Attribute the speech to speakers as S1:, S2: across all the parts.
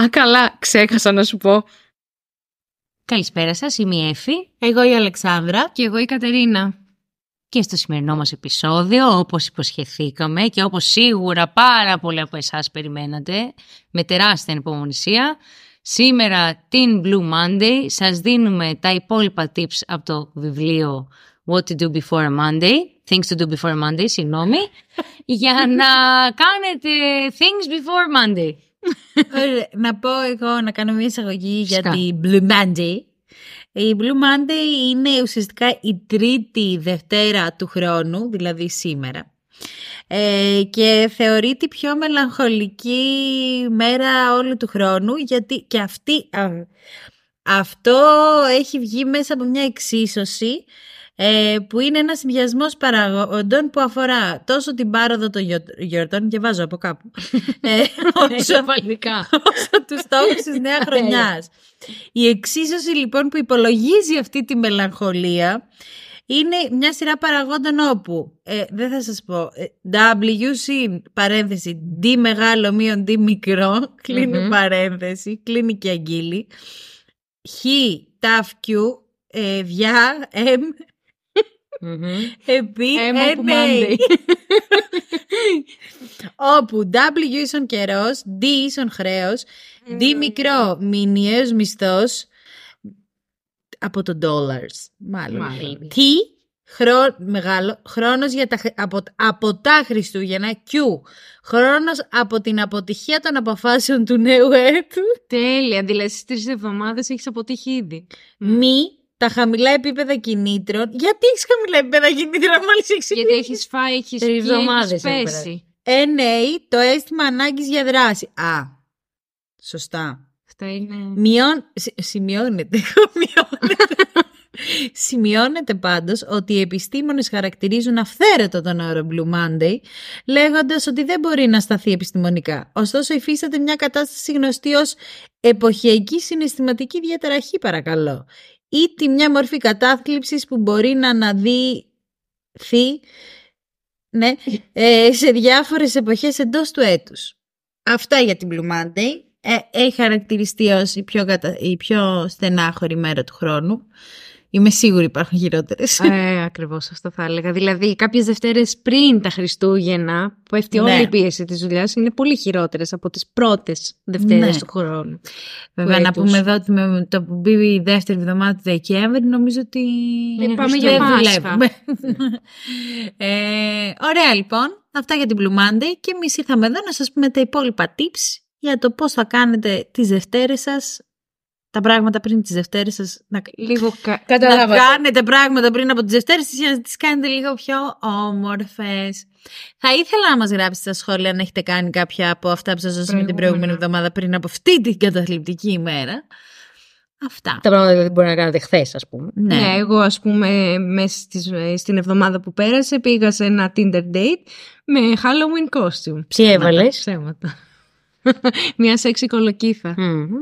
S1: Α, καλά, ξέχασα να σου πω.
S2: Καλησπέρα σας, είμαι η Εφη
S3: Εγώ η Αλεξάνδρα.
S1: Και εγώ η Κατερίνα.
S2: και στο σημερινό μας επεισόδιο, όπως υποσχεθήκαμε και όπως σίγουρα πάρα πολλοί από εσάς περιμένατε, με τεράστια ανυπομονησία, σήμερα την Blue Monday σας δίνουμε τα υπόλοιπα tips από το βιβλίο What to do before a Monday, Things to do before a Monday, συγγνώμη, για να κάνετε Things before Monday.
S3: Ωραία, να πω εγώ να κάνω μια εισαγωγή για
S2: Φυσικά.
S3: την Blue Monday. Η Blue Monday είναι ουσιαστικά η τρίτη Δευτέρα του χρόνου, δηλαδή σήμερα. Ε, και θεωρείται η πιο μελαγχολική μέρα όλου του χρόνου, γιατί και αυτή, α, αυτό έχει βγει μέσα από μια εξίσωση ε, που είναι ένας συνδυασμός παραγόντων που αφορά τόσο την πάροδο των γιορ- γιορτών, και βάζω από κάπου, ε, όσο,
S2: Εξαφανιστικά.
S3: όσο τους στόχου της νέα χρονιάς. Η εξίσωση λοιπόν που υπολογίζει αυτή τη μελαγχολία είναι μια σειρά παραγόντων όπου, ε, δεν θα σας πω, ε, W συν παρένθεση D μεγάλο μείον D μικρό, κλείνει
S2: Μμμ.
S3: παρένθεση, κλείνει και αγγείλη, Χ, ταφ, Q, ε, διά, M,
S2: Μμμ.
S3: επί,
S1: Έμα από
S3: NA.
S1: Monday.
S3: όπου W ίσον καιρό, D ίσον χρέος, D μικρό μηνιαίος μισθός από το dollars, μάλλον.
S2: Μάλλον.
S3: T χρό, μεγάλο, χρόνος για τα, χρ- από, από τα Χριστούγεννα, Q, χρόνος από την αποτυχία των αποφάσεων του νέου έτου,
S1: Τέλεια, δηλαδή στις τρεις εβδομάδες έχεις αποτύχει ήδη.
S3: μη, τα χαμηλά επίπεδα κινήτρων. Γιατί έχεις χαμηλά επίπεδα κινήτρων, μόλι έχεις
S1: Γιατί έχεις φάει, έχεις
S2: Τρεις
S1: πιει, έχεις
S2: εβδομάδες έχουμε
S1: πέσει.
S3: NA, το αίσθημα ανάγκης για δράση. Α, σωστά.
S1: Αυτά είναι...
S3: Μειών... συ- Σημειώνεται. Μειώνεται. Σημειώνεται πάντως ότι οι επιστήμονες χαρακτηρίζουν αυθαίρετο τον όρο Blue Monday, λέγοντας ότι δεν μπορεί να σταθεί επιστημονικά. Ωστόσο υφίσταται μια κατάσταση γνωστή ως εποχιακή συναισθηματική διαταραχή παρακαλώ ή τη μια μορφή κατάθλιψης που μπορεί να αναδειθεί ναι, ε, σε διάφορες εποχές εντός του έτους. Αυτά για την Blue Monday. Ε, έχει χαρακτηριστεί ως η πιο, κατα... η πιο στενάχωρη μέρα του χρόνου. Είμαι σίγουρη υπάρχουν χειρότερες.
S1: Ε, Ακριβώς αυτό θα έλεγα. Δηλαδή, κάποιες Δευτέρες πριν τα Χριστούγεννα, που έφτιαξε
S3: Ναι.
S1: όλη η πίεση της δουλειάς, είναι πολύ χειρότερες από τις πρώτες Δευτέρες
S3: Ναι.
S1: του χρόνου.
S3: Βέβαια,
S1: του
S3: να
S1: έτους.
S3: πούμε εδώ ότι με το που μπει η δεύτερη εβδομάδα του Δεκέμβρη, νομίζω ότι.
S1: Ε, πάμε
S3: δεν
S1: για Πάσχα.
S3: δουλεύουμε. ε, ωραία, λοιπόν. Αυτά για την Blue Monday και εμείς ήρθαμε εδώ να σας πούμε τα υπόλοιπα tips για το πώς θα κάνετε τις Δευτέρες σας, τα πράγματα πριν τις Δευτέρες σας. Να...
S1: Λίγο κα...
S3: να
S1: Καταλάβατε.
S3: κάνετε πράγματα πριν από τις Δευτέρες σας για να τις κάνετε λίγο πιο όμορφες. Θα ήθελα να μας γράψετε στα σχόλια αν έχετε κάνει κάποια από αυτά που σας δώσαμε την
S1: Προηγούμενα.
S3: προηγούμενη εβδομάδα πριν από αυτή την καταθλιπτική ημέρα. Αυτά.
S2: Τα πράγματα δεν μπορεί να κάνετε χθες, ας πούμε.
S1: Ναι. εγώ ας πούμε μέσα στις- στην εβδομάδα που πέρασε πήγα σε ένα Tinder date με Halloween costume.
S2: Ποιοι έβαλε.
S1: Ψέματα. Μια σεξι κολοκύθα.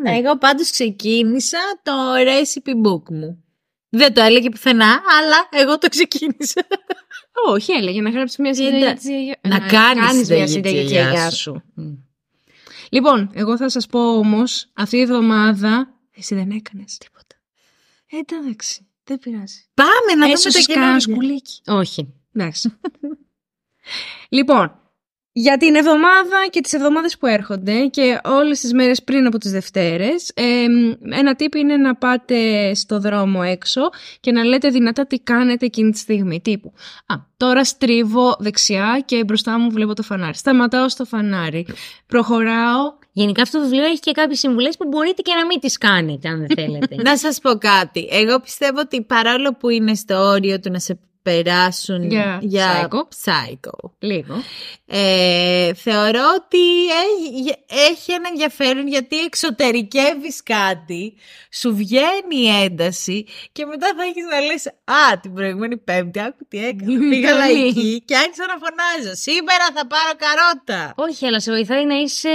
S3: Εγώ πάντως ξεκίνησα το recipe book μου. Δεν το έλεγε πουθενά, αλλά εγώ το ξεκίνησα.
S1: Όχι, έλεγε να γράψει μια
S3: Κοίτα,
S1: συνταγή. της γιαγιά-
S3: να κάνεις συνταγή της
S1: της
S3: γιαγιάς
S1: γιαγιάς
S3: σου.
S2: ναι.
S1: Ναι. Λοιπόν, εγώ θα σας πω όμως, αυτή η εβδομάδα εσύ δεν έκανες τίποτα. Ε, Εντάξει, δεν πειράζει.
S3: Πάμε να δούμε
S1: Έσωσες
S3: το
S1: κανένα
S3: καινούργιο.
S1: σκουλίκι.
S2: Όχι.
S1: Εντάξει. λοιπόν, για την εβδομάδα και τις εβδομάδες που έρχονται και όλες τις μέρες πριν από τις Δευτέρες, εμ, ένα τύπο είναι να πάτε στο δρόμο έξω και να λέτε δυνατά τι κάνετε εκείνη τη στιγμή. Τύπου, α, τώρα στρίβω δεξιά και μπροστά μου βλέπω το φανάρι. Σταματάω στο φανάρι. Προχωράω.
S2: Γενικά αυτό το βιβλίο έχει και κάποιες συμβουλές που μπορείτε και να μην τις κάνετε, αν δεν θέλετε.
S3: Να σας πω κάτι. Εγώ πιστεύω ότι παρόλο που είναι στο όριο του να σε περάσουν
S1: Για psycho.
S3: psycho,
S1: Λίγο.
S3: ε, θεωρώ ότι έχει, έχει ένα ενδιαφέρον γιατί εξωτερικεύεις κάτι, σου βγαίνει η ένταση και μετά θα έχεις να λες «Α, την προηγούμενη πέμπτη, άκου τι έκανα, πήγα
S1: Καλή.
S3: λαϊκή και άρχισα να φωνάζω. Σήμερα θα πάρω καρότα».
S2: Όχι, αλλά σε βοηθάει να είσαι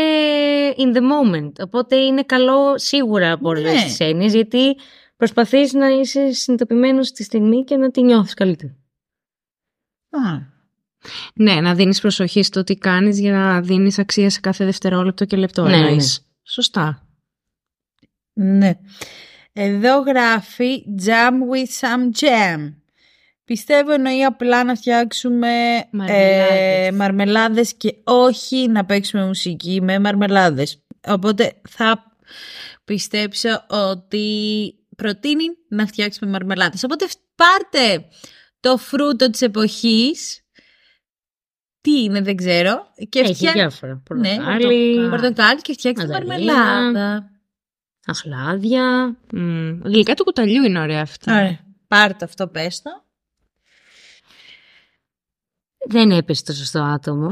S2: in the moment. Οπότε είναι καλό σίγουρα από όλες
S3: Ναι.
S2: τις έννοιες, γιατί προσπαθείς να είσαι συνειδητοποιημένος στη στιγμή και να τη νιώθεις καλύτερα.
S1: Ναι, να δίνεις προσοχή στο τι κάνεις για να δίνεις αξία σε κάθε δευτερόλεπτο και λεπτό.
S2: Ναι,
S1: εννοείς. Σωστά.
S3: Ναι. Εδώ γράφει jam with some jam. Πιστεύω εννοεί απλά να φτιάξουμε
S1: Μαρμελάδες.
S3: ε, μαρμελάδες και όχι να παίξουμε μουσική με μαρμελάδες. Οπότε θα πιστέψω ότι προτείνει να φτιάξουμε μαρμελάδες. Οπότε πάρτε το φρούτο της εποχής. Τι είναι δεν ξέρω. Και
S2: Έχει
S3: φτιά-
S2: διάφορα.
S3: Ναι,
S2: Πορτοκάλι,
S3: πορτοκάλι και φτιάξτε
S2: Μανταρίνα.
S3: μαρμελάδα.
S2: αχλάδια.
S1: Μμμ, Γλυκά του κουταλιού είναι ωραία αυτά.
S3: Ωραία. Πάρ' το αυτό, πες το.
S2: Δεν έπεσε το σωστό άτομο.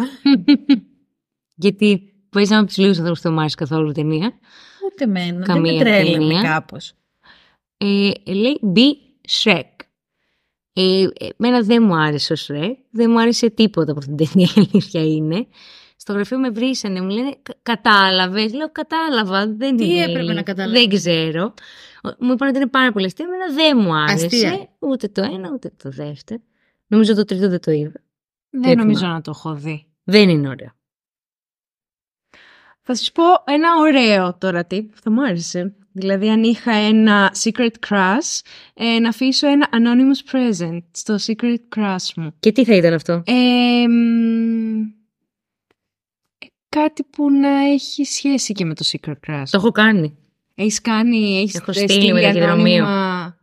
S2: γιατί παίζαμε από του λίγους ανθρώπους που το άρεσε καθόλου η ταινία.
S3: Ούτε εμένα. Δεν
S2: Καμία
S3: με τρέλανε
S2: ταινία.
S3: κάπως.
S2: Ε, λέει B Shrek. Ε, εμένα δεν μου άρεσε ο Shrek. Δεν μου άρεσε τίποτα από αυτήν την ταινία, η αλήθεια είναι. Στο γραφείο με βρίσανε, μου λένε Κατάλαβες. Λέω Κατάλαβα. Δεν
S3: Τι
S2: είναι
S3: έπρεπε
S2: Έλληνας».
S3: να καταλάβω?
S2: Δεν ξέρω. Ο- Μου είπαν ότι είναι πάρα πολλέ ταινίε. Εμένα δεν μου άρεσε.
S3: Αστεία.
S2: Ούτε το ένα, ούτε το δεύτερο. Νομίζω το τρίτο δεν το είδα.
S1: Δεν νομίζω να το έχω δει.
S2: Δεν είναι ωραίο.
S1: Θα σας πω ένα ωραίο τώρα tip που θα μου άρεσε. Δηλαδή αν είχα ένα secret crush, ε, να αφήσω ένα anonymous present στο secret crush μου.
S2: Και τι θα ήταν αυτό.
S1: Ε, μ, κάτι που να έχει σχέση και με το secret crush.
S2: Το έχω κάνει.
S1: Έχεις κάνει, έχεις
S2: Έχω
S1: ε,
S2: στείλει μετακινδρομείο.
S1: ανώνυμα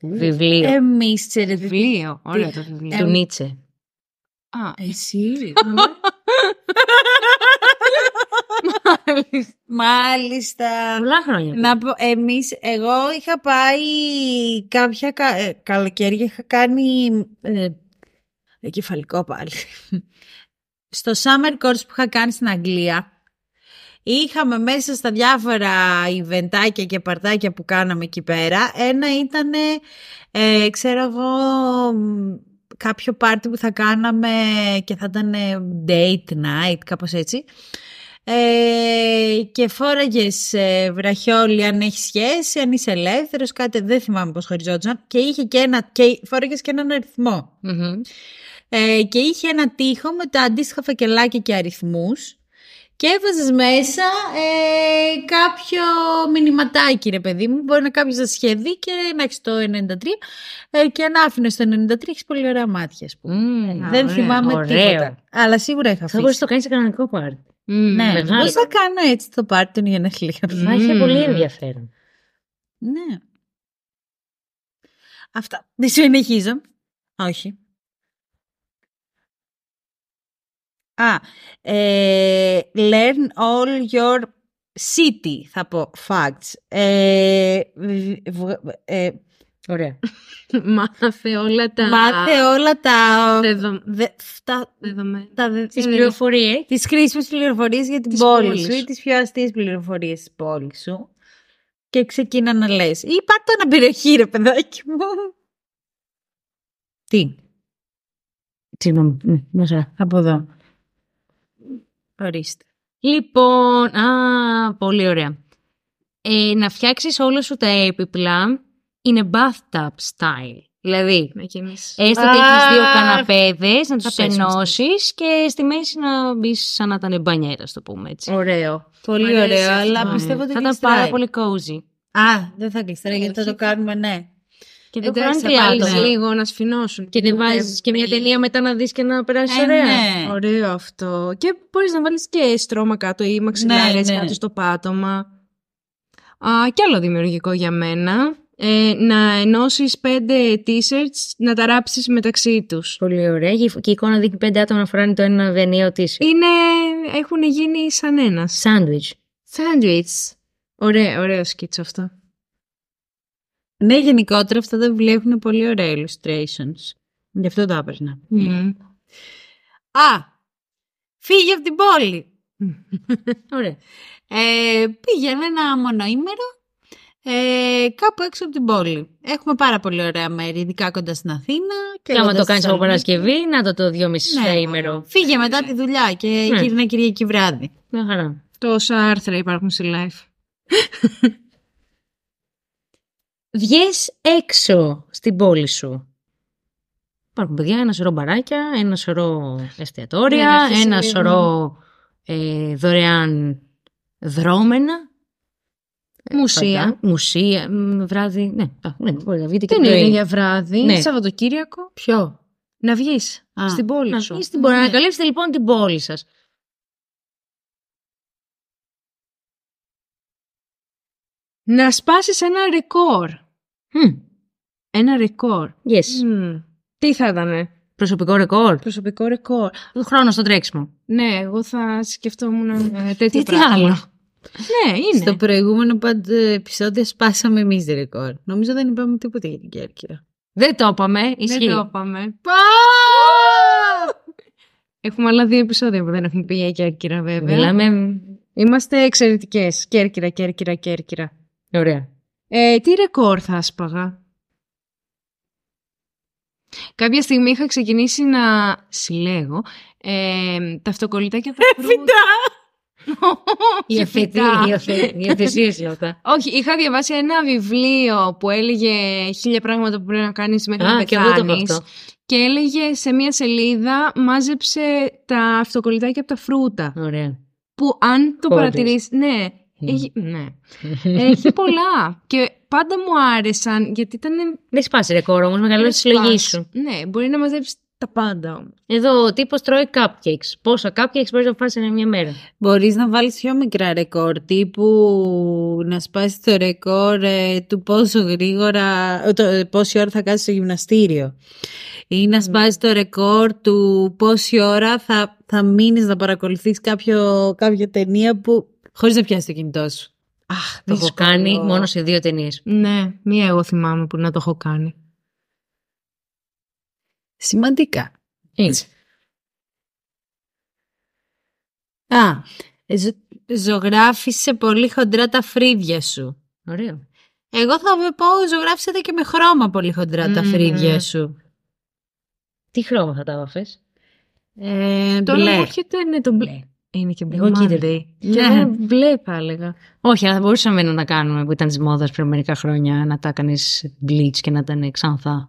S3: Ε,
S2: Βιβλίο
S3: Εμείς ξέρετε.
S1: βιβλίο. Ωραίο το βιβλίο.
S3: ε,
S2: του Νίτσε.
S1: Α,
S3: Εσύ.
S1: μάλιστα.
S3: Μάλιστα.
S2: Πολλά χρόνια.
S3: Να πω, εμείς, εγώ είχα πάει κάποια κα, ε, καλοκαίρια, είχα κάνει ε, εγκεφαλικό πάλι. Στο summer course που είχα κάνει στην Αγγλία, είχαμε μέσα στα διάφορα ιβεντάκια και παρτάκια που κάναμε εκεί πέρα, ένα ήταν, ε, ξέρω εγώ, μ, κάποιο πάρτι που θα κάναμε και θα ήταν ε, date night, κάπως έτσι. Ε, και φόραγες ε, βραχιόλι αν έχεις σχέση, αν είσαι ελεύθερος, κάτι δεν θυμάμαι πώς χωριζόντουσαν και, είχε και, ένα, και φόραγες και έναν αριθμό.
S2: Μμμ.
S3: Ε, και είχε ένα τοίχο με τα αντίστοιχα φακελάκια και αριθμούς και έβαζες μέσα ε, κάποιο μηνυματάκι ρε παιδί μου, μπορεί να κάποιος να σε είχε δει και να έχεις το 93 ε, και να άφηνες το 93, έχεις πολύ ωραία μάτια ας πούμε.
S2: Μμμ.
S3: δεν
S1: ωραία,
S3: θυμάμαι
S2: ωραίο.
S3: τίποτα, αλλά σίγουρα είχα
S2: Θα
S3: αφήσει.
S2: μπορούσες να το κάνεις σε κανονικό πάρτι.
S1: Μμμ.
S3: Ναι,
S2: Μεγάλο. Ναι.
S3: πώς θα κάνω έτσι το πάρτι των γενεθλίων.
S2: Θα είχε
S1: Μμμ.
S2: πολύ ενδιαφέρον.
S3: Ναι. Αυτά. Δεν συνεχίζω. Α, Όχι. Α, ε, learn all your city, θα πω, facts. Ε, β- βγ- ε,
S2: Ωραία.
S1: Μάθαφε όλα τα
S3: μάθε όλα τα,
S1: δεδο-
S3: δε, τα,
S1: δεδομένα.
S3: τα δε,
S2: Τις πληροφορίες.
S3: τις χρήσιμες πληροφορίες για την
S1: Της
S3: πόλη
S1: πόλης
S3: σου
S1: σου.
S3: ή τις πιο αστείες πληροφορίες της πόλης σου και ξεκίνα να λες ή πάρ' το ένα περιοχή ρε παιδάκι μου. Τι,
S2: Συγγνώμη. Ναι, μια χαρά.
S3: από εδώ. Ορίστε.
S2: Λοιπόν, α, πολύ ωραία. Ε, να φτιάξεις όλα σου τα έπιπλα in a bathtub style. Δηλαδή,
S1: Να κοιμήσεις.
S2: έστω ότι έχεις δύο
S3: Αχ.
S2: καναπέδες, να τους
S3: Θα πέσουμε
S2: τενώσεις και στη μέση να μπεις σαν να ήταν μπανιέρα, το πούμε έτσι.
S3: Ωραίο. Πολύ
S1: Μ' αρέσει
S3: ωραίο,
S1: αυτό.
S3: αλλά
S2: Ναι.
S3: πιστεύω ότι
S2: Θα
S3: δεν
S2: ήταν πάρα πολύ
S3: γλιστράει.
S2: cozy.
S3: Α, δεν θα γλιστράει γιατί θα το κάνουμε, ναι.
S2: Και δεν
S1: Εντάξει,
S2: χωράνε
S1: θα
S2: τρία
S1: βάλεις
S2: άτομα.
S1: λίγο να σφινώσουν. Ε,
S2: Και δεν βάζεις και
S3: Ε,
S2: μια ταινία μετά να δεις και να περάσεις ωραία.
S3: ναι.
S1: Ωραίο αυτό. Και μπορείς να βάλεις και στρώμα κάτω ή μαξιλάρες
S3: Ναι, ναι.
S1: κάτω στο πάτωμα. Α, κι άλλο δημιουργικό για μένα. Ε, να ενώσεις πέντε t-shirts, να τα ράψεις μεταξύ τους.
S2: Πολύ ωραία. Και η- και η εικόνα δείχνει πέντε άτομα να φοράνε το ένα δενείο τη.
S1: Είναι, έχουν γίνει σαν ένας.
S2: Σάντουιτ.
S1: Sandwich. Ωραίο, ωραίο σκίτσο αυτό.
S3: Ναι, γενικότερα αυτά τα βιβλία έχουν πολύ ωραία illustrations. Γι' αυτό το έπαιρνα.
S2: Ναι.
S1: Mm.
S3: Α, φύγε από την πόλη.
S2: Ωραία.
S3: Ε, πήγαινε ένα μονοήμερο ε, κάπου έξω από την πόλη. Έχουμε πάρα πολύ ωραία μέρη, ειδικά κοντά στην Αθήνα. Και,
S2: Και άμα
S3: κοντά
S2: το
S3: στη
S2: κάνεις από
S3: Θεσσαλονίκη.
S2: Παρασκευή, να το το δυόμιση
S3: Ναι.
S2: ναι. ημερό.
S3: Φύγε μετά τη δουλειά και
S2: Ναι.
S3: γύρνα Κυριακή βράδυ.
S2: Μια χαρά.
S1: Τόσα άρθρα υπάρχουν στη
S2: Ε,
S1: life.
S2: Βγες έξω στην πόλη σου. Υπάρχουν παιδιά, ένα σωρό μπαράκια, ένα σωρό
S1: Ναι, να
S2: εστιατόρια,
S1: έχεις
S2: ένα
S1: λίγο.
S2: σωρό ε, δωρεάν δρόμενα.
S1: Μουσεία.
S2: Μουσεία, μ, βράδυ. Ναι, α, ναι μπορεί να βγείτε και
S1: Δεν
S2: πρωί.
S1: είναι για βράδυ.
S2: Ναι.
S1: Σαββατοκύριακο.
S3: Ποιο.
S1: Να βγεις
S2: Α,
S1: στην πόλη
S2: να
S1: σου.
S2: βγεις στην πόλη. Να
S3: Ναι.
S2: ανακαλύψετε λοιπόν την πόλη σας.
S1: Να σπάσεις ένα ρεκόρ. Ένα ρεκόρ.
S2: Yes.
S1: Μμμ. Τι θα ήταν,
S2: Προσωπικό ρεκόρ.
S1: προσωπικό ρεκόρ.
S2: Χρόνο στο τρέξιμο.
S1: Ναι, εγώ θα σκεφτόμουν ε, τέτοια
S2: Τι, τι
S1: πράγματα.
S2: άλλο.
S1: Ναι, είναι.
S3: Στο προηγούμενο πάντ- επεισόδιο σπάσαμε εμείς ρεκόρ. Νομίζω δεν είπαμε τίποτα για την Κέρκυρα.
S2: Δεν το είπαμε. Ισχύει.
S1: Δεν το είπαμε. Έχουμε άλλα δύο επεισόδια που δεν έχουν πει για Κέρκυρα, βέβαια.
S2: Μιλάμε.
S1: Είμαστε εξαιρετικές. Κέρκυρα, Κέρκυρα, Κέρκυρα.
S2: Ωραία.
S1: Ε, τι ρεκόρ θα άσπαγα. Κάποια στιγμή είχα ξεκινήσει να συλλέγω ε, τα αυτοκολλητάκια τα φρούτα.
S2: Η εφετή,
S1: Φυτά.
S2: η εθε- οι εφεσίες είναι αυτά.
S1: Όχι, είχα διαβάσει ένα βιβλίο που έλεγε χίλια πράγματα που πρέπει να κάνεις μέχρι να
S2: Α, και εγώ το είπα
S1: πεθάνεις.
S2: αυτό.
S1: Και έλεγε σε μία σελίδα μάζεψε τα αυτοκολλητάκια από τα φρούτα.
S2: Ωραία.
S1: Που αν το
S2: Χωρίς.
S1: παρατηρείς, ναι,
S2: Μμ.
S1: έχει, ναι. έχει πολλά. Και πάντα μου άρεσαν γιατί ήταν...
S2: Δεν σπάσει ρεκόρ όμω, μεγαλώσει τη συλλογή σου.
S1: Ναι, μπορεί να μαζέψεις τα πάντα όμως.
S2: Εδώ ο τύπος τρώει cupcakes. Πόσα cupcakes μπορείς να φάει σε μια μέρα.
S3: Μπορείς να βάλεις πιο μικρά ρεκόρ. Τύπου να σπάσεις το ρεκόρ ε, του πόσο γρήγορα. ε, το, ε, πόση ώρα θα κάτσεις στο γυμναστήριο. Ή να σπάσεις το ρεκόρ του πόση ώρα θα, θα μείνεις να παρακολουθείς κάποιο, κάποια ταινία που. χωρίς να πιάσεις το κινητό σου. Αχ,
S2: Το έχω κάνει μόνο σε δύο ταινίες.
S1: Ναι, μία εγώ θυμάμαι που να το έχω κάνει.
S3: Σημαντικά.
S2: Έτσι.
S3: Α, ζω, ζωγράφισε πολύ χοντρά τα φρύδια σου.
S2: Ωραίο.
S3: Εγώ θα πω ζωγράφισε τα και με χρώμα πολύ χοντρά τα
S1: Μμμ.
S3: φρύδια σου.
S2: Τι χρώμα θα τα βάφε.
S3: Ε,
S1: Τώρα
S3: μπλε.
S1: μου έρχεται ναι, το μπλε. Είναι και μπλε.
S2: Εγώ κίτρινο.
S1: Monday. Και
S3: Ναι.
S1: εγώ μπλε θα έλεγα.
S2: Όχι, αλλά θα μπορούσαμε να τα κάνουμε που ήταν της μόδας πριν μερικά χρόνια. Να τα κάνεις bleach και να ήταν ξανθά.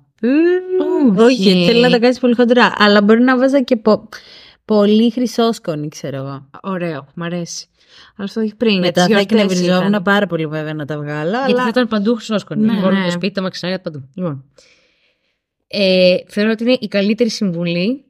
S3: Όχι, θέλω να τα κάνεις πολύ χοντρά. Αλλά μπορεί να βάζα και πο- πολύ χρυσόσκονη, ξέρω εγώ.
S1: Ωραίο, μ' αρέσει. Αλλά αυτό έχει πριν.
S3: Μετά θα
S1: για τις γιορτές
S3: εκνευριζόμουν
S1: ήταν.
S3: πάρα πολύ βέβαια να τα βγάλω.
S2: Γιατί
S3: Αλλά...
S2: θα ήταν παντού χρυσόσκονη.
S1: Ναι.
S2: Ναι, Μπορούμε το σπίτι, τα μαξιλάρια παντού. Λοιπόν. Ε, θεωρώ ότι είναι η καλύτερη συμβουλή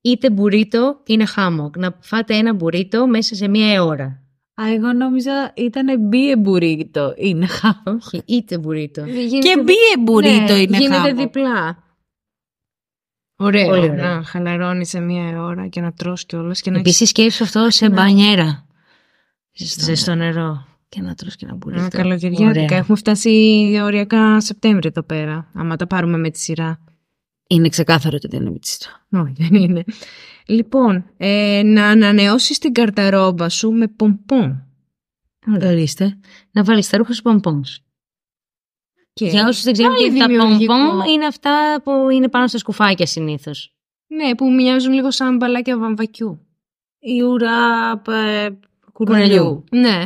S2: είτε μπουρίτο είτε χάμοκ. Να φάτε ένα μπουρίτο μέσα σε μία ώρα.
S3: Α, εγώ νόμιζα ήταν μπιε μπουρίτο. Είναι χάμο.
S2: Όχι, είτε μπουρίτο.
S1: Γίνεται-
S3: Και μπιε μπουρίτο
S1: ναι,
S3: είναι
S1: Γίνεται
S3: χάμο.
S1: διπλά. Ωραίο.
S2: Πολύ ωραίο.
S1: να χαλαρώνεις σε μία ώρα και να τρως κιόλας και να έχεις
S2: Επίση σκέψου αυτό σε μπανιέρα. Ζεστό,
S1: ζεστό νερό.
S2: Και να τρως και να μπουρίτο.
S3: Mm.
S1: Α, καλοκαιριάτικα.
S2: Ωραία.
S1: Έχουμε φτάσει οριακά Σεπτέμβριο εδώ πέρα. Άμα τα πάρουμε με τη σειρά.
S3: Είναι ξεκάθαρο ότι δεν είναι μυτσιστό.
S1: Όχι, δεν είναι. Λοιπόν, ε, να ανανεώσεις την καρταρόμπα σου με πομπόν.
S3: Ορίστε.
S2: Να βάλεις τα ρούχα σου πομπόνς.
S1: Και...
S2: Για όσους δεν ξέρουν τι
S1: Ε, Πάλι
S2: είναι τα
S1: δημιουργικό.
S2: πομπόν, είναι αυτά που είναι πάνω στα σκουφάκια συνήθως.
S1: Ναι, που μοιάζουν λίγο σαν μπαλάκια βαμβακιού.
S3: Η ουρά πε,
S2: Κουρελιού.
S3: κουρελιού.
S1: Ναι.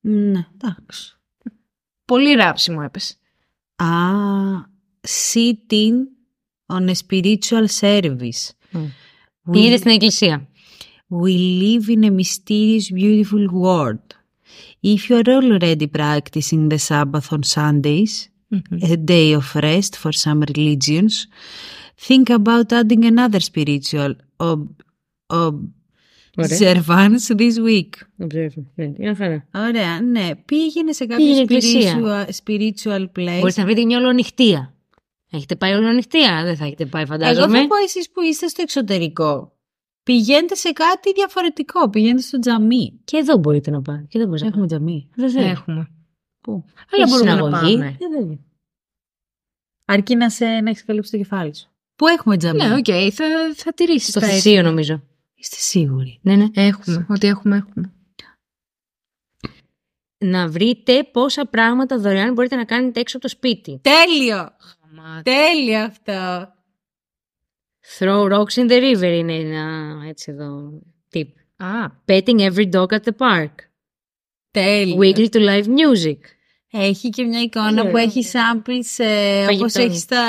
S3: Ναι, εντάξει.
S1: Πολύ ράψιμο έπεσε.
S3: Α, sitting on a spiritual service. We-
S2: Πήγαινε στην εκκλησία.
S3: We live in a mysterious, beautiful world. If you are already practicing the Sabbath on Sundays,
S2: Mm-hmm.
S3: a day of rest for some religions, think about adding another spiritual ob- ob- observance this week.
S2: Είναι αυτά.
S3: Ωραία, ναι. Πήγαινε σε
S2: Πήγαινε
S3: κάποιο
S2: εκκλησία.
S3: spiritual, spiritual place.
S2: Μπορείτε να βρείτε μια ολονυχτία. Έχετε πάει ολονυχτία, δεν θα έχετε πάει
S3: Εγώ
S2: φαντάζομαι.
S3: θα πω εσείς που είστε στο εξωτερικό. Πηγαίνετε σε κάτι διαφορετικό. Πηγαίνετε στο τζαμί.
S2: Και εδώ μπορείτε να πάτε. Και εδώ μπορείτε να
S3: Έχουμε τζαμί.
S2: πάτε. Βεβαίως.
S1: Έχουμε.
S3: Πού?
S1: Αλλά
S2: Έχει
S1: μπορούμε
S2: συναγωγή.
S1: να πάμε.
S2: Ε, βέβαια.
S3: Αρκεί να, σε, να έχεις καλύψει το κεφάλι σου. Πού έχουμε τζαμί.
S1: Ναι, οκ, θα, θα τηρήσεις
S2: Στο
S1: τα έτσι.
S2: θησίο νομίζω.
S3: Είστε σίγουροι.
S2: Ναι, ναι.
S1: Έχουμε, ό,τι έχουμε, έχουμε.
S2: Να βρείτε πόσα πράγματα δωρεάν μπορείτε να κάνετε έξω από το σπίτι.
S3: Τέλειο.
S2: Χαμάτι.
S3: Τέλειο αυτό.
S2: Throw rocks in the river είναι ένα έτσι εδώ tip.
S1: Α,
S2: Petting every dog at the park.
S3: Τέλειο.
S2: Weekly to live music.
S3: Έχει και μια εικόνα που έχει samples ε,
S2: Φαγητό.
S3: όπως έχει στα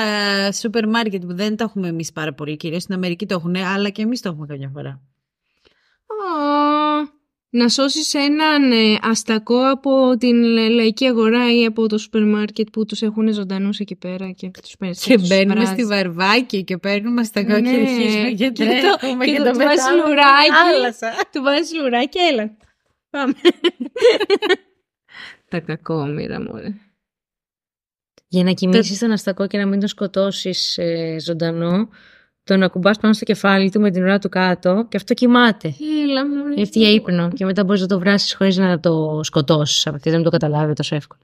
S3: σούπερ μάρκετ που δεν τα έχουμε εμείς πάρα πολύ. Κυρίως στην Αμερική το έχουν, αλλά και εμείς το έχουμε καμιά φορά.
S1: Α, να σώσεις έναν ε, αστακό από την ε, λαϊκή αγορά ή από το σούπερ μάρκετ που τους έχουν ζωντανούς εκεί πέρα και τους παίρνεις
S3: Και
S1: τους
S3: μπαίνουμε
S1: βράζεις.
S3: στη βαρβάκη και παίρνουμε στα
S1: Ναι.
S3: κόκκινα και αρχίζουμε και
S1: Και το-
S3: τρέχουμε
S1: και
S3: και
S1: το-
S3: το
S1: το
S3: πετάμε στην
S1: βασιλουράκι.
S3: θάλασσα.
S1: Του βάζεις λουράκι, έλα. Πάμε. Τα κακόμοιρα μωρέ.
S2: Για να κοιμήσεις τον αστακό και να μην τον σκοτώσεις ε, ζωντανό, τον ακουμπάς πάνω στο κεφάλι του με την ουρά του κάτω και αυτό κοιμάται.
S1: Έλα μωρέ.
S2: Πέφτει για ύπνο και μετά μπορείς να το βράσεις χωρίς να το σκοτώσεις. Απ' αυτή δεν το καταλάβει τόσο εύκολα.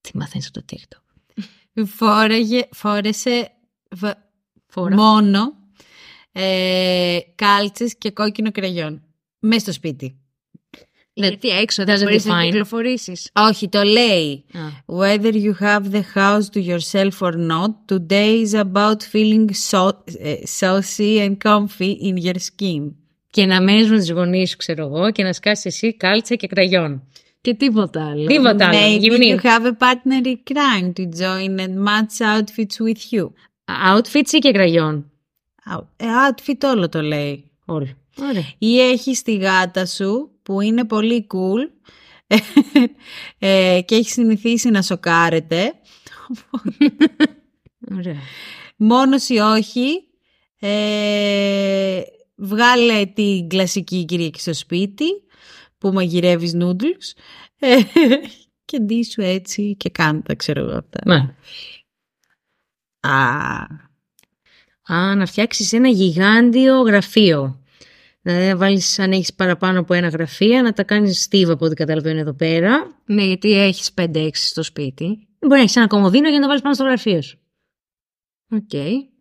S2: Τι μαθαίνεις από το TikTok.
S3: Φόραγε, φόρεσε βα-
S2: Φόρα.
S3: μόνο ε, κάλτσες και κόκκινο κραγιόν. Μες στο σπίτι.
S2: Γιατί έξω δεν
S1: Μπορείς να
S2: define.
S1: κυκλοφορήσεις.
S3: Όχι, το λέει. Whether you have the house to yourself or not, today is about feeling so, ε, saucy and comfy in your skin.
S2: Και να μένεις με τους γονείς σου, ξέρω εγώ, και να σκάσεις εσύ κάλτσα και κραγιόν.
S1: Και τίποτα άλλο.
S2: Τίποτα άλλο.
S3: Maybe
S2: Γυμνή.
S3: you have a partner in crime to join and match outfits with you.
S2: Outfits ή και κραγιόν.
S3: Out- ε, Outfit όλο το λέει.
S2: Όλοι. Ωραία.
S3: Ή έχεις τη γάτα σου που είναι πολύ cool ε, και έχει συνηθίσει να σοκάρεται.
S2: Ωραία.
S3: Μόνος ή όχι, ε, βγάλε την κλασική Κυριακή στο σπίτι που μαγειρεύεις νούντλς ε, και ντύσου έτσι και κάνε τα ξέρω εγώ αυτά.
S2: Ναι.
S3: Α,
S2: Α, να φτιάξεις ένα γιγάντιο γραφείο. Δηλαδή να βάλεις, αν έχεις παραπάνω από ένα γραφείο, να τα κάνεις στίβα από ό,τι καταλαβαίνω εδώ πέρα.
S1: Ναι, γιατί έχεις 5-6 στο σπίτι.
S2: Μπορεί να έχεις ένα κομμωδίνο για να το βάλεις πάνω στο γραφείο σου.
S1: Οκ. Και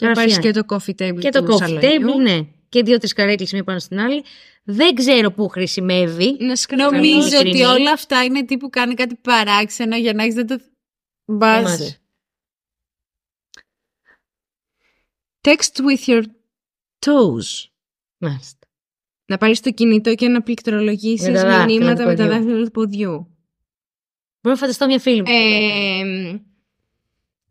S2: Γραφεία.
S1: πάρεις και το coffee table
S2: Και το
S1: του
S2: coffee
S1: σαλονιού.
S2: table, ναι. Και δύο-τρει καρέκλες μία πάνω στην άλλη. Δεν ξέρω πού χρησιμεύει.
S1: Να σκρίνω.
S3: νομίζω ότι
S2: ειλικρινή.
S3: όλα αυτά είναι τύπου κάνει κάτι παράξενο για να έχεις να το... Μπας.
S2: Θυμάσαι.
S1: Text with your toes.
S2: Μάλιστα.
S1: Να πάρεις το κινητό και να πληκτρολογήσεις
S3: Ε,
S2: Με τα δάχτυλα
S1: μηνύματα
S2: του
S1: με τα
S2: ποδιού.
S1: δάχτυλα του ποδιού.
S2: Μπορώ να φανταστώ μια φίλη μου.
S1: Ε,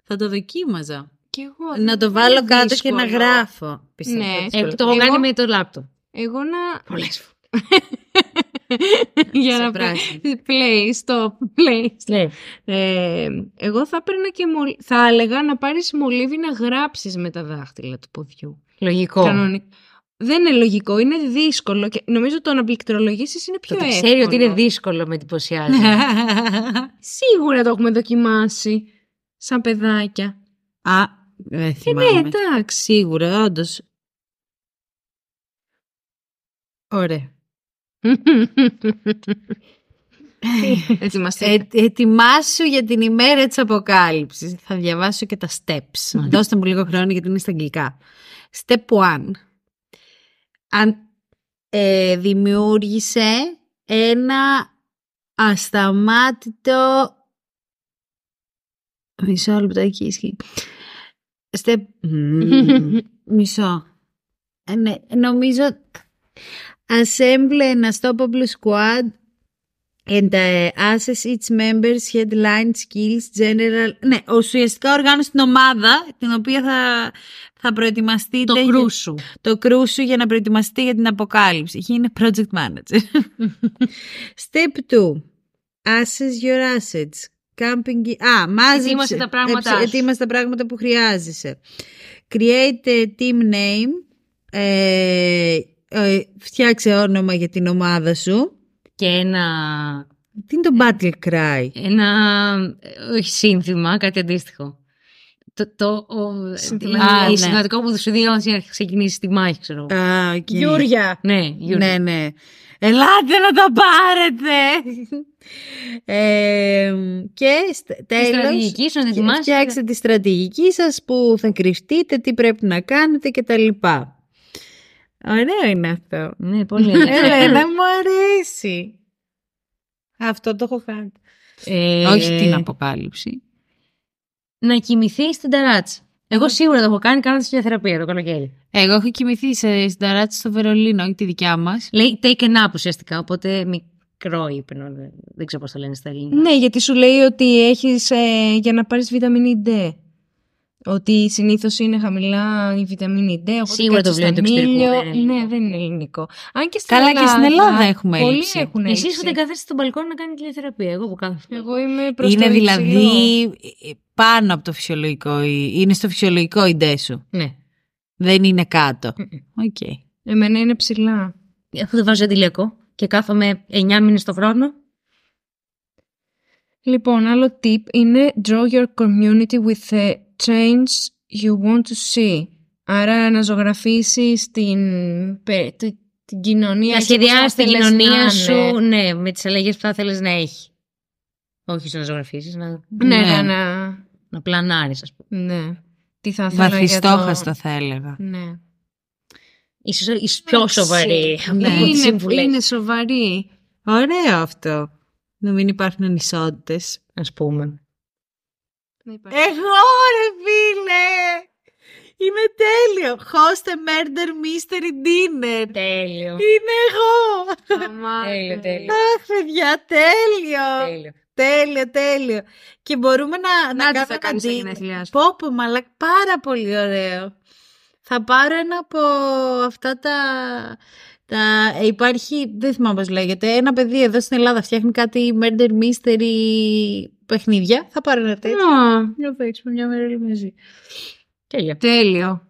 S3: Θα το δοκίμαζα.
S1: κι εγώ,
S3: Να το
S1: είναι
S3: βάλω κάτω και
S1: δύσκολο.
S3: να γράφω. Πιστεύω.
S1: Ναι.
S3: δύσκολο.
S2: Ε, το έχω
S1: εγώ-
S2: κάνει με το λάπτοπ.
S1: Εγώ να...
S2: Πολλές φορές.
S1: για
S3: Σε
S1: να
S3: πράσινο.
S1: πει play, stop, play.
S2: Ναι.
S1: Ε, εγώ θα έπαιρνα και μολ... θα έλεγα να πάρεις μολύβι να γράψεις με τα δάχτυλα του ποδιού.
S2: Λογικό.
S1: Κανονικά. Δεν είναι λογικό, είναι δύσκολο και νομίζω το να πληκτρολογήσεις είναι
S2: Το,
S1: πιο
S2: το
S1: εύκολο.
S2: ξέρει ότι είναι δύσκολο, με εντυπωσιάζει.
S3: Ναι.
S1: Σίγουρα το έχουμε δοκιμάσει σαν παιδάκια.
S3: Α, δεν
S1: Ε, ναι,
S3: θυμάμαι.
S1: εντάξει.
S3: Σίγουρα, όντως. Ωραία.
S1: Έτσι μας
S3: Ε, ετοιμάσου για την ημέρα της αποκάλυψης. Θα διαβάσω και τα steps.
S2: Μάλιστα.
S3: Δώστε μου λίγο χρόνο γιατί είναι στα αγγλικά. Step 1. Αν ε, δημιούργησε ένα ασταμάτητο... Μισό λεπτάκι ισχύει. Step... Μμμ. Μισό. Ε, ναι, νομίζω assemble an unstoppable squad and uh, assess each member's headline skills general... Ναι, ουσιαστικά οργάνωση την ομάδα την οποία θα, θα προετοιμαστείτε...
S2: το
S3: για-
S2: κρούσου.
S3: το κρούσου για να προετοιμαστεί για την αποκάλυψη. Γίνε project manager. Step 2. Assess your assets. Camping... Α, μάζεψε.
S2: Ετοίμασε τα πράγματά
S3: Έψε-
S2: σου.
S3: Ετοίμασε τα πράγματα που χρειάζεσαι. Create a team name. Ε, ε, φτιάξε όνομα για την ομάδα σου.
S2: Και ένα
S3: Τι είναι το battle cry.
S2: Ένα. ε, Όχι σύνθημα, κάτι αντίστοιχο. Το. το ο,
S3: Συνθημα-
S2: α,
S3: ναι,
S2: η
S3: ναι.
S2: συνοδικό που σου δίνει να ξεκινήσει τη μάχη, ξέρω εγώ.
S3: Α, οκ.
S2: Ναι, Γιούρια.
S3: Ναι, ναι. Ελάτε να τα πάρετε! ε, και στε-
S2: Τη
S3: τέλος...
S2: στρατηγική σου να την
S3: Και
S2: ετοιμάσεις.
S3: Φτιάξτε τη στρατηγική σας που θα κρυφτείτε, τι πρέπει να κάνετε και τα λοιπά. Ωραίο είναι αυτό. Ε,
S2: Ναι, πολύ ενδιαφέρον.
S3: Έλενα, μου αρέσει. Αυτό το έχω κάνει.
S2: Ε,
S3: αποκάλυψη.
S2: Να κοιμηθεί στην ταράτσα. Εγώ σίγουρα το έχω κάνει κάνοντα μια θεραπεία το καλοκαίρι.
S3: Εγώ έχω κοιμηθεί σε, στην ταράτσα στο Βερολίνο, όχι τη δικιά μας.
S2: Λέει take a nap ουσιαστικά, οπότε μικρό ύπνο. δε- Δεν ξέρω πώς το λένε στα ελληνικά.
S1: Ναι, γιατί σου λέει ότι έχεις ε, για να πάρεις βιταμίνη D. Ότι συνήθως είναι χαμηλά η βιταμίνη D. οπότε
S2: Σίγουρα το
S1: κάτσε
S2: βλέπω
S1: στο
S2: το εξωτερικό,
S1: μήλιο.
S2: δεν είναι
S1: Ναι, δεν είναι ελληνικό. Αν και στην
S3: Καλά
S1: Ελλάδα,
S3: και στην Ελλάδα έχουμε
S1: πολλοί
S3: έλλειψη.
S1: Έχουν
S2: Εσείς
S1: έλλειψη.
S2: έχετε καθίσει στον μπαλκόνι να κάνει τηλεθεραπεία. Εγώ που κάνω.
S1: Εγώ είμαι προς
S3: είναι
S1: το υψηλό.
S3: δηλαδή ε, πάνω από το φυσιολογικό. η- Είναι στο φυσιολογικό η ντε σου.
S2: Ναι.
S3: Δεν είναι κάτω.
S2: Μμμ.
S3: Οκ.
S1: Εμένα είναι ψηλά.
S2: Αφού δεν βάζω αντιλιακό και κάθομαι 9 μήνες το χρόνο.
S1: Λοιπόν, άλλο tip είναι draw your community with the change you want to see. Άρα να ζωγραφίσεις την, πε- τη- την κοινωνία.
S2: Να
S1: έτσι όπως θα
S2: σχεδιάσεις την
S1: θέλεις να
S2: κοινωνία
S1: είναι.
S2: σου, ναι, με τις αλλαγές που θα θέλεις να έχει. Όχι στο να ζωγραφίσεις, να,
S1: Ναι,
S3: Ναι.
S1: ναι, ναι.
S2: να πλανάρεις, ας πούμε.
S1: ναι. Τι θα ήθελα για το...
S3: Βαθιστόχαστο θα έλεγα.
S1: Ναι.
S2: Ίσως ίσως πιο σοβαρή από
S1: Ναι,
S2: ό,τι
S1: είναι,
S2: συμβουλές.
S1: είναι σοβαρή.
S3: Ωραίο αυτό. Να μην υπάρχουν ανισότητες.
S2: Ας πούμε.
S3: Εγώ ρε φίλε! Είναι τέλειο! Host a murder mystery dinner!
S2: Τέλειο.
S3: Είναι εγώ! Ε.
S2: Τέλειο, τέλειο.
S3: Αχ παιδιά, τέλειο!
S2: Τέλειο.
S3: Τέλειο, τέλειο! Και μπορούμε να,
S1: Να τις
S3: κάνουμε
S1: θα
S3: ένα
S1: κάνεις τα
S3: dinner.
S1: γενέθλιά σου.
S3: Πω πω μαλακ, πάρα πολύ ωραίο! Θα πάρω ένα από αυτά τα... τα... ε, Υπάρχει, δεν θυμάμαι πώς λέγεται, ένα παιδί εδώ στην Ελλάδα φτιάχνει κάτι murder mystery παιχνίδια. Θα πάρω ένα τέτοιο. Να παίξουμε μια μέρα όλοι μαζί.
S2: Τέλειο.
S1: Τέλειο.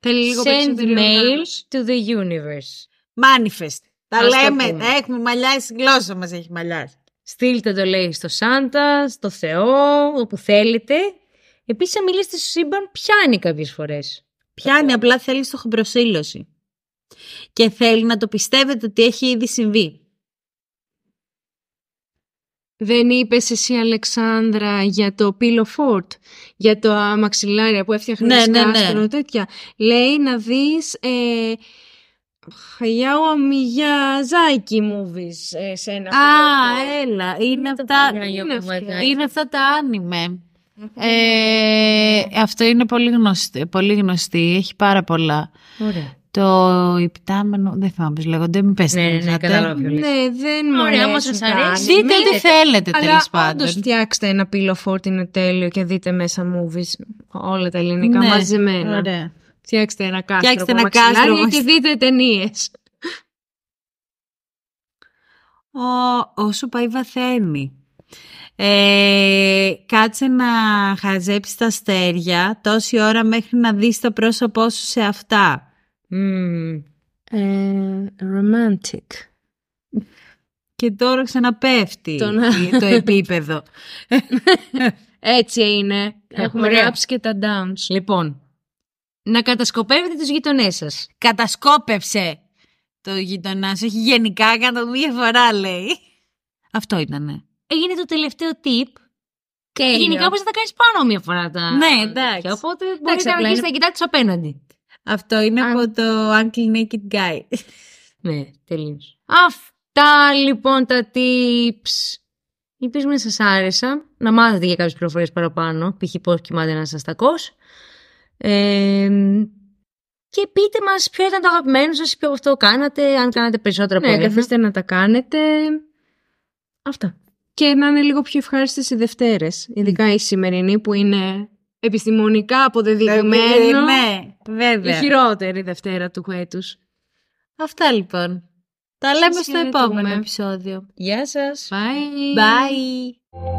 S1: Θέλει λίγο
S2: Send
S1: περισσότερο
S2: mails to the universe.
S3: Manifest. Τα
S2: Ας το
S3: λέμε,
S2: πούμε.
S3: τα έχουμε μαλλιάσει, η γλώσσα μας έχει μαλλιάσει.
S2: Στείλτε το λέει στο Σάντα, στο Θεό, όπου θέλετε. Επίσης, αν μιλήσετε στο σύμπαν, πιάνει κάποιες φορές.
S3: Πιάνει, απλά θέλεις στοχοπροσύλωση. Και θέλει να το πιστεύετε ότι έχει ήδη συμβεί.
S1: Δεν είπες εσύ, Αλεξάνδρα, για το πύλο Φόρτ, για το α, μαξιλάρια που έφτιαχνες
S3: Ναι,
S1: ναι,
S3: ναι, ναι.
S1: τέτοια. Λέει να δεις ε, Χαγιάου Αμιγιαζάκη movies ε, σε ένα
S3: Α,
S1: πύλο Ford.
S3: έλα, είναι
S2: Το
S3: αυτά,
S2: Παναγιώ
S1: είναι
S2: που
S1: αυτή.
S2: βάζει.
S3: είναι αυτά τα άνιμε. Ε, αυτό είναι πολύ γνωστή, πολύ γνωστή, έχει πάρα πολλά.
S2: Ωραία.
S3: Το υπτάμενο, δεν θυμάμαι πώς λέγονται, μην πες.
S2: Ναι, ναι, ναι, κατάλαβα ποιο λες.
S1: Ναι, δεν μου
S2: Ωραία, άμα
S1: αρέσουν
S2: σας αρέσει,
S1: καν.
S3: Δείτε τι θέλετε
S1: Αλλά
S3: τέλος πάντων.
S1: όντως φτιάξτε ένα πύλο Φόρτ, είναι τέλειο και δείτε μέσα movies όλα τα ελληνικά
S3: Ναι,
S1: μαζεμένα.
S3: Ωραία.
S1: Φτιάξτε ένα κάστρο
S3: Φτιάξτε
S1: Φτιάξτε
S3: ένα
S1: ένα
S3: κάστρο,
S1: και δείτε ταινίες.
S3: Ω, όσο πάει βαθαίνει. Ε, κάτσε να χαζέψεις τα αστέρια τόση ώρα μέχρι να δεις το πρόσωπό σου σε αυτά.
S2: Μμμ.
S3: Ε,
S1: romantic.
S3: Και τώρα ξαναπέφτει
S1: Το να-
S3: το επίπεδο.
S1: Έτσι είναι. Έχουμε
S2: Ωραία.
S1: γράψει και τα downs.
S2: Λοιπόν, να κατασκοπεύετε τους γειτονές σας.
S3: Κατασκόπευσε το γειτονά σου. Έχει γενικά κατά μία φορά λέει. Αυτό ήτανε.
S2: Έγινε το τελευταίο tip.
S1: Τέλειο.
S2: Γενικά πώς θα τα κάνεις πάνω μία φορά τα...
S3: Ναι, εντάξει.
S2: Και οπότε μπορείς
S1: Εντάξει,
S2: να
S1: απλά
S2: αρχίσεις
S1: είναι-
S2: να κοιτάτε τους απέναντι.
S3: Αυτό είναι
S1: Αν-
S3: από το Uncle Naked Guy.
S2: Ναι, τελείως. Αυτά λοιπόν τα tips. Ελπίζουμε να σας άρεσαν. Να μάθετε για κάποιες πληροφορίες παραπάνω. Π.χ. πώς κοιμάται ένας αστακός. Ε, και πείτε μας ποιο ήταν το αγαπημένο σας, ποιο αυτό κάνατε, αν κάνατε περισσότερα από
S1: Ναι,
S2: ένα.
S1: καθίστε να τα κάνετε.
S2: Αυτά.
S1: Και να είναι λίγο πιο ευχάριστες οι Δευτέρες. Ειδικά η σημερινή που είναι επιστημονικά αποδεδειγμένο.
S3: Ε, Ναι,
S1: Η
S3: βέβαια.
S1: χειρότερη Δευτέρα του έτους.
S3: Αυτά λοιπόν. Τα λέμε
S1: Σας
S3: στο επόμενο
S1: χαιρετούμε.
S3: επεισόδιο.
S2: Γεια σας.
S1: Bye.
S3: Bye.